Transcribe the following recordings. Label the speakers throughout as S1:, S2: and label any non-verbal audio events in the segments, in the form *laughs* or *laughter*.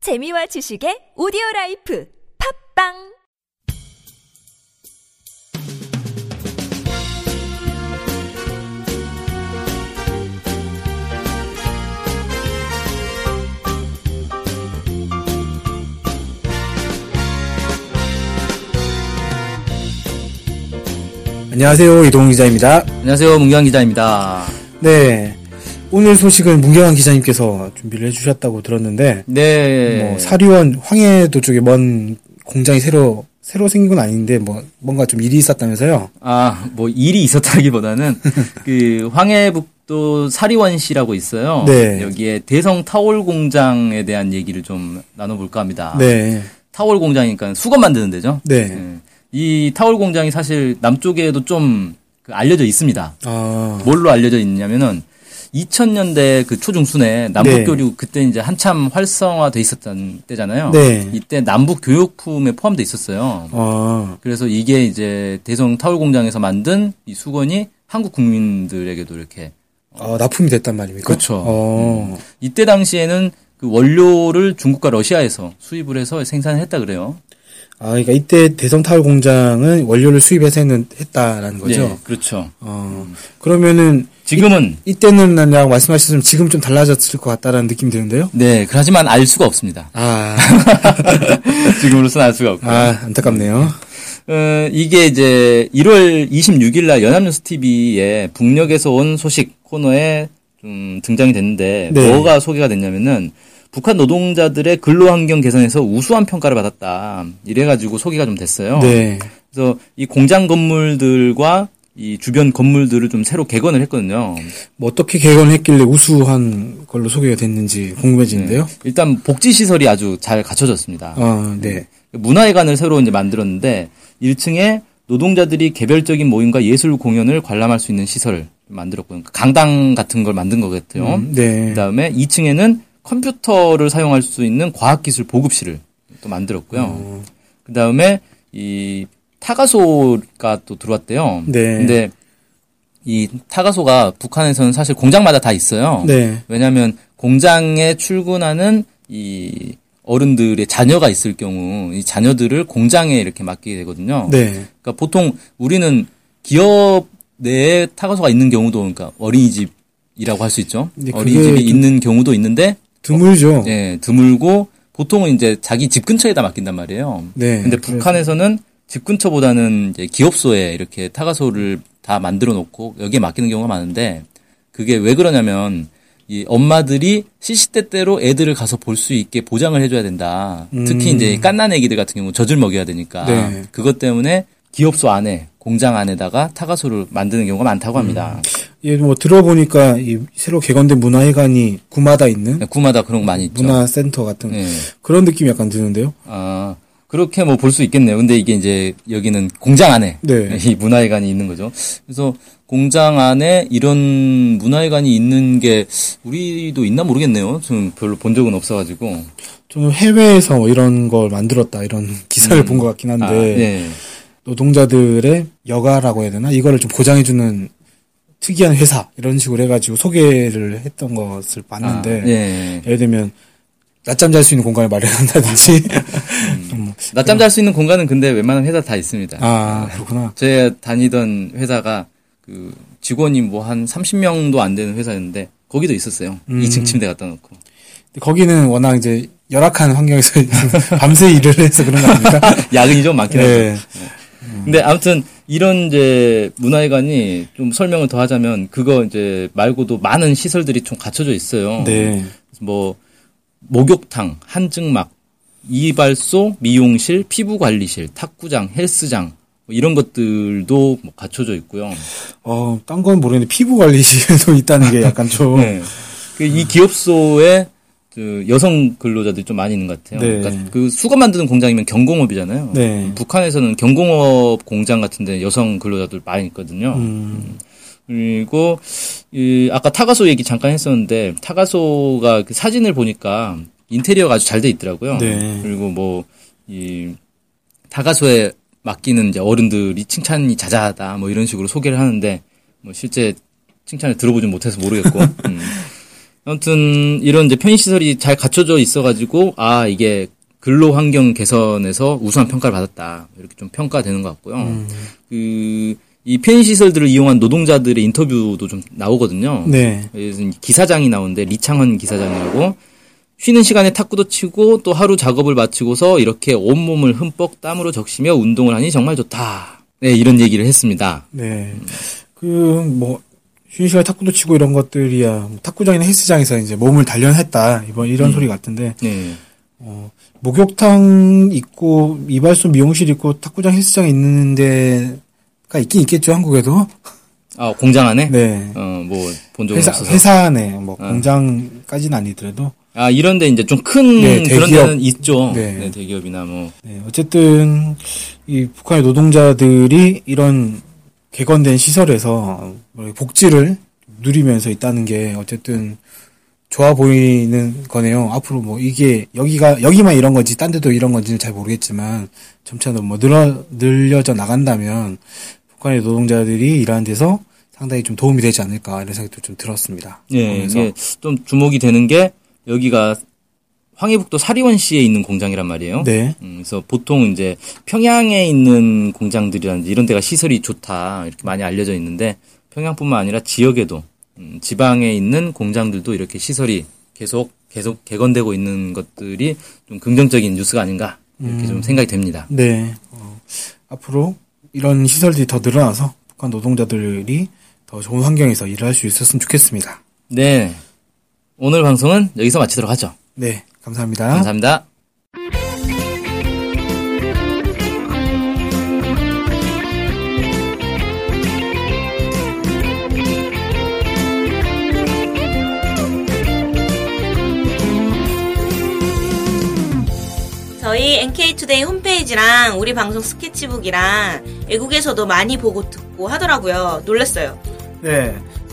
S1: 재미와 지식의 오디오 라이프 팝빵
S2: 안녕하세요. 이동훈 기자입니다.
S3: 안녕하세요, 문경 기자입니다.
S2: 네. 오늘 소식은 문경환 기자님께서 준비를 해주셨다고 들었는데,
S3: 네.
S2: 뭐, 사리원 황해도 쪽에 먼 공장이 새로, 새로 생긴 건 아닌데, 뭐, 뭔가 좀 일이 있었다면서요?
S3: 아, 뭐
S2: *laughs*
S3: 일이 있었다기보다는 그 황해북도 사리원시라고 있어요.
S2: 네.
S3: 여기에 대성 타월 공장에 대한 얘기를 좀 나눠볼까 합니다.
S2: 네.
S3: 타월 공장이니까 수건 만드는 데죠.
S2: 네.
S3: 예. 이 타월 공장이 사실 남쪽에도 좀그 알려져 있습니다.
S2: 아,
S3: 뭘로 알려져 있냐면은 2000년대 그 초중순에
S2: 네.
S3: 남북 교류 그때 이제 한참 활성화돼 있었던 때잖아요.
S2: 네.
S3: 음. 이때 남북 교육품에 포함돼 있었어요.
S2: 아,
S3: 그래서 이게 이제 대성 타월 공장에서 만든 이 수건이 한국 국민들에게도 이렇게
S2: 아, 납품이 됐단 말입니까?
S3: 그렇죠.
S2: 어,
S3: 이때 당시에는 그 원료를 중국과 러시아에서 수입을 해서 생산을 했다 그래요.
S2: 아, 그러니까 이때 대성타월 공장은 원료를 수입해서 했는, 했다라는 거죠?
S3: 예, 그렇죠.
S2: 어, 그러면은,
S3: 지금은
S2: 이때는 그냥 말씀하셨으면 지금 좀 달라졌을 것 같다라는 느낌이 드는데요?
S3: 네, 하지만 알 수가 없습니다.
S2: 아,
S3: *laughs* 지금으로서는 알 수가 없고.
S2: 아, 안타깝네요.
S3: 어, 이게 이제 1월 26일 날 연합뉴스 TV에 북녘에서 온 소식 코너에 좀 등장이 됐는데
S2: 네.
S3: 뭐가 소개가 됐냐면은 북한 노동자들의 근로 환경 개선에서 우수한 평가를 받았다. 이래 가지고 소개가 좀 됐어요.
S2: 네.
S3: 그래서 이 공장 건물들과 이 주변 건물들을 좀 새로 개건을 했거든요.
S2: 뭐 어떻게 개건했길래 우수한 걸로 소개가 됐는지 궁금해지는데요.
S3: 일단 복지 시설이 아주 잘 갖춰졌습니다.
S2: 아, 네.
S3: 문화회관을 새로 이제 만들었는데 1층에 노동자들이 개별적인 모임과 예술 공연을 관람할 수 있는 시설을 만들었고요. 그러니까 강당 같은 걸 만든 것 같아요.
S2: 음, 네.
S3: 그다음에 2층에는 컴퓨터를 사용할 수 있는 과학기술 보급실을 또 만들었고요.
S2: 음.
S3: 그다음에 이 타가소가 또 들어왔대요.
S2: 네.
S3: 근데 이 타가소가 북한에서는 사실 공장마다 다 있어요.
S2: 네.
S3: 왜냐하면 공장에 출근하는 이 어른들의 자녀가 있을 경우 이 자녀들을 공장에 이렇게 맡기게 되거든요.
S2: 네.
S3: 그러니까 보통 우리는 기업 내에 타가소가 있는 경우도 그러니까 어린이집이라고 할 수 있죠.
S2: 근데 네, 그게
S3: 어린이집이
S2: 좀-
S3: 있는 경우도 있는데
S2: 드물죠. 네.
S3: 예, 드물고 보통은 이제 자기 집 근처에다 맡긴단 말이에요.
S2: 네.
S3: 근데
S2: 그래서-
S3: 북한에서는 집 근처보다는 이제 기업소에 이렇게 타가소를 다 만들어 놓고 여기에 맡기는 경우가 많은데 그게 왜 그러냐면 이 엄마들이 시시때때로 애들을 가서 볼 수 있게 보장을 해줘야 된다. 특히 이제 깐난 애기들 같은 경우 젖을 먹여야 되니까
S2: 음. 네.
S3: 그것 때문에 기업소 안에 공장 안에다가 타가소를 만드는 경우가 많다고 합니다.
S2: 예, 뭐 들어보니까 이 새로 개건된 문화회관이 구마다 있는
S3: 구마다 네, 그런 거 많이 있죠.
S2: 음. 문화센터 같은
S3: 그렇죠. 네.
S2: 그런 느낌이 약간 드는데요.
S3: 아, 그렇게 뭐 볼 수 있겠네요. 근데 이게 이제 여기는 공장 안에
S2: 네.
S3: *laughs* 이 문화회관이 있는 거죠. 그래서 공장 안에 이런 문화회관이 있는 게 우리도 있나 모르겠네요. 좀 별로 본 적은 없어가지고.
S2: 저는 해외에서 뭐 이런 걸 만들었다 이런 *laughs* 기사를 본 것 같긴 한데
S3: 아, 네.
S2: 노동자들의 여가라고 해야 되나 이거를 좀 보장해주는 특이한 회사 이런 식으로 해가지고 소개를 했던 것을 봤는데
S3: 아, 네.
S2: 예를 들면 낮잠 잘 수 있는 공간을 마련한다든지
S3: *laughs*
S2: 음.
S3: 낮잠 잘 수 있는 공간은 근데 웬만한 회사 다 있습니다.
S2: 아 그렇구나
S3: 제가 다니던 회사가 그 직원이 뭐 한 30명도 안 되는 회사였는데 거기도 있었어요.
S2: 음.
S3: 2층 침대 갖다 놓고. *laughs*
S2: 근데 거기는 워낙 이제 열악한 환경에서 *laughs* 밤새 일을 해서 그런 거
S3: *laughs*
S2: 아닙니까?
S3: 야근이 좀 많긴 하죠.
S2: 네.
S3: 근데 아무튼 이런 이제 문화회관이 좀 설명을 더 하자면 그거 이제 말고도 많은 시설들이 좀 갖춰져 있어요.
S2: 네.
S3: 뭐 목욕탕, 한증막, 이발소, 미용실, 피부관리실, 탁구장, 헬스장 뭐 이런 것들도 뭐 갖춰져 있고요.
S2: 어, 딴 건 모르겠는데 피부 관리실도 있다는 게 약간 좀
S3: 네. 그이 기업소에 그 여성 근로자들이 좀 많이 있는 것 같아요.
S2: 네.
S3: 그러니까 그 수건 만드는 공장이면 경공업이잖아요.
S2: 네.
S3: 북한에서는 경공업 공장 같은데 여성 근로자들 많이 있거든요.
S2: 음,
S3: 그리고 이 아까 타가소 얘기 잠깐 했었는데 타가소가 그 사진을 보니까 인테리어가 아주 잘 돼 있더라고요.
S2: 네.
S3: 그리고 뭐 이 타가소에 맡기는 이제 어른들이 칭찬이 자자하다 뭐 이런 식으로 소개를 하는데 뭐 실제 칭찬을 들어보진 못해서 모르겠고 음. 아무튼 이런 이제 편의 시설이 잘 갖춰져 있어가지고 아 이게 근로 환경 개선에서 우수한 평가를 받았다 이렇게 좀 평가되는 것 같고요. 그이 편의 시설들을 이용한 노동자들의 인터뷰도 좀 나오거든요.
S2: 네.
S3: 그래서 기사장이 나오는데 리창헌 기사장이라고 쉬는 시간에 탁구도 치고 또 하루 작업을 마치고서 이렇게 온몸을 흠뻑 땀으로 적시며 운동을 하니 정말 좋다. 네, 이런 얘기를 했습니다.
S2: 네. 그, 뭐, 쉬는 시간에 탁구도 치고 이런 것들이야. 뭐 탁구장이나 헬스장에서 이제 몸을 단련했다. 이번 이런
S3: 음.
S2: 소리 같은데,
S3: 네.
S2: 어, 목욕탕 있고, 이발소 미용실 있고, 탁구장 헬스장 있는 데가 있긴 있겠죠, 한국에도.
S3: 아, 공장 안에?
S2: 네.
S3: 어, 뭐, 본 적은
S2: 회사,
S3: 없어서.
S2: 회사 안에, 뭐, 공장까지는 아니더라도.
S3: 아, 이런데 이제 좀 큰
S2: 네,
S3: 그런
S2: 대기업.
S3: 데는 있죠.
S2: 네.
S3: 네. 대기업이나 뭐.
S2: 네, 어쨌든 이 북한의 노동자들이 이런 개건된 시설에서 복지를 누리면서 있다는 게 어쨌든 좋아 보이는 거네요. 앞으로 뭐 이게 여기가 여기만 이런 건지 딴 데도 이런 건지는 잘 모르겠지만 점차 뭐 늘어 늘려져 나간다면 북한의 노동자들이 일하는 데서 상당히 좀 도움이 되지 않을까 이런 생각도 좀 들었습니다.
S3: 예,
S2: 보면서.
S3: 이게 좀 주목이 되는 게 여기가 황해북도 사리원시에 있는 공장이란 말이에요.
S2: 네.
S3: 음, 그래서 보통 이제 평양에 있는 공장들이라든지 이런 데가 시설이 좋다 이렇게 많이 알려져 있는데 평양뿐만 아니라 지역에도 음, 지방에 있는 공장들도 이렇게 시설이 계속 계속 개건되고 있는 것들이 좀 긍정적인 뉴스가 아닌가 이렇게
S2: 음.
S3: 좀 생각이 됩니다.
S2: 네. 어, 앞으로 이런 시설들이 더 늘어나서 북한 노동자들이 더 좋은 환경에서 일을 할 수 있었으면 좋겠습니다.
S3: 네. 오늘 방송은 여기서 마치도록 하죠.
S2: 네. 감사합니다.
S3: 감사합니다.
S4: 저희 NK투데이 홈페이지랑 우리 방송 스케치북이랑 외국에서도 많이 보고 듣고 하더라고요. 놀랐어요.
S2: 네.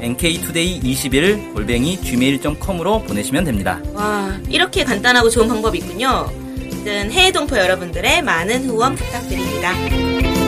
S3: nktoday21 골뱅이 gmail.com으로 보내시면 됩니다.
S4: 와, 이렇게 간단하고 좋은 방법이 있군요. 아무튼 해외 동포 여러분들의 많은 후원 부탁드립니다.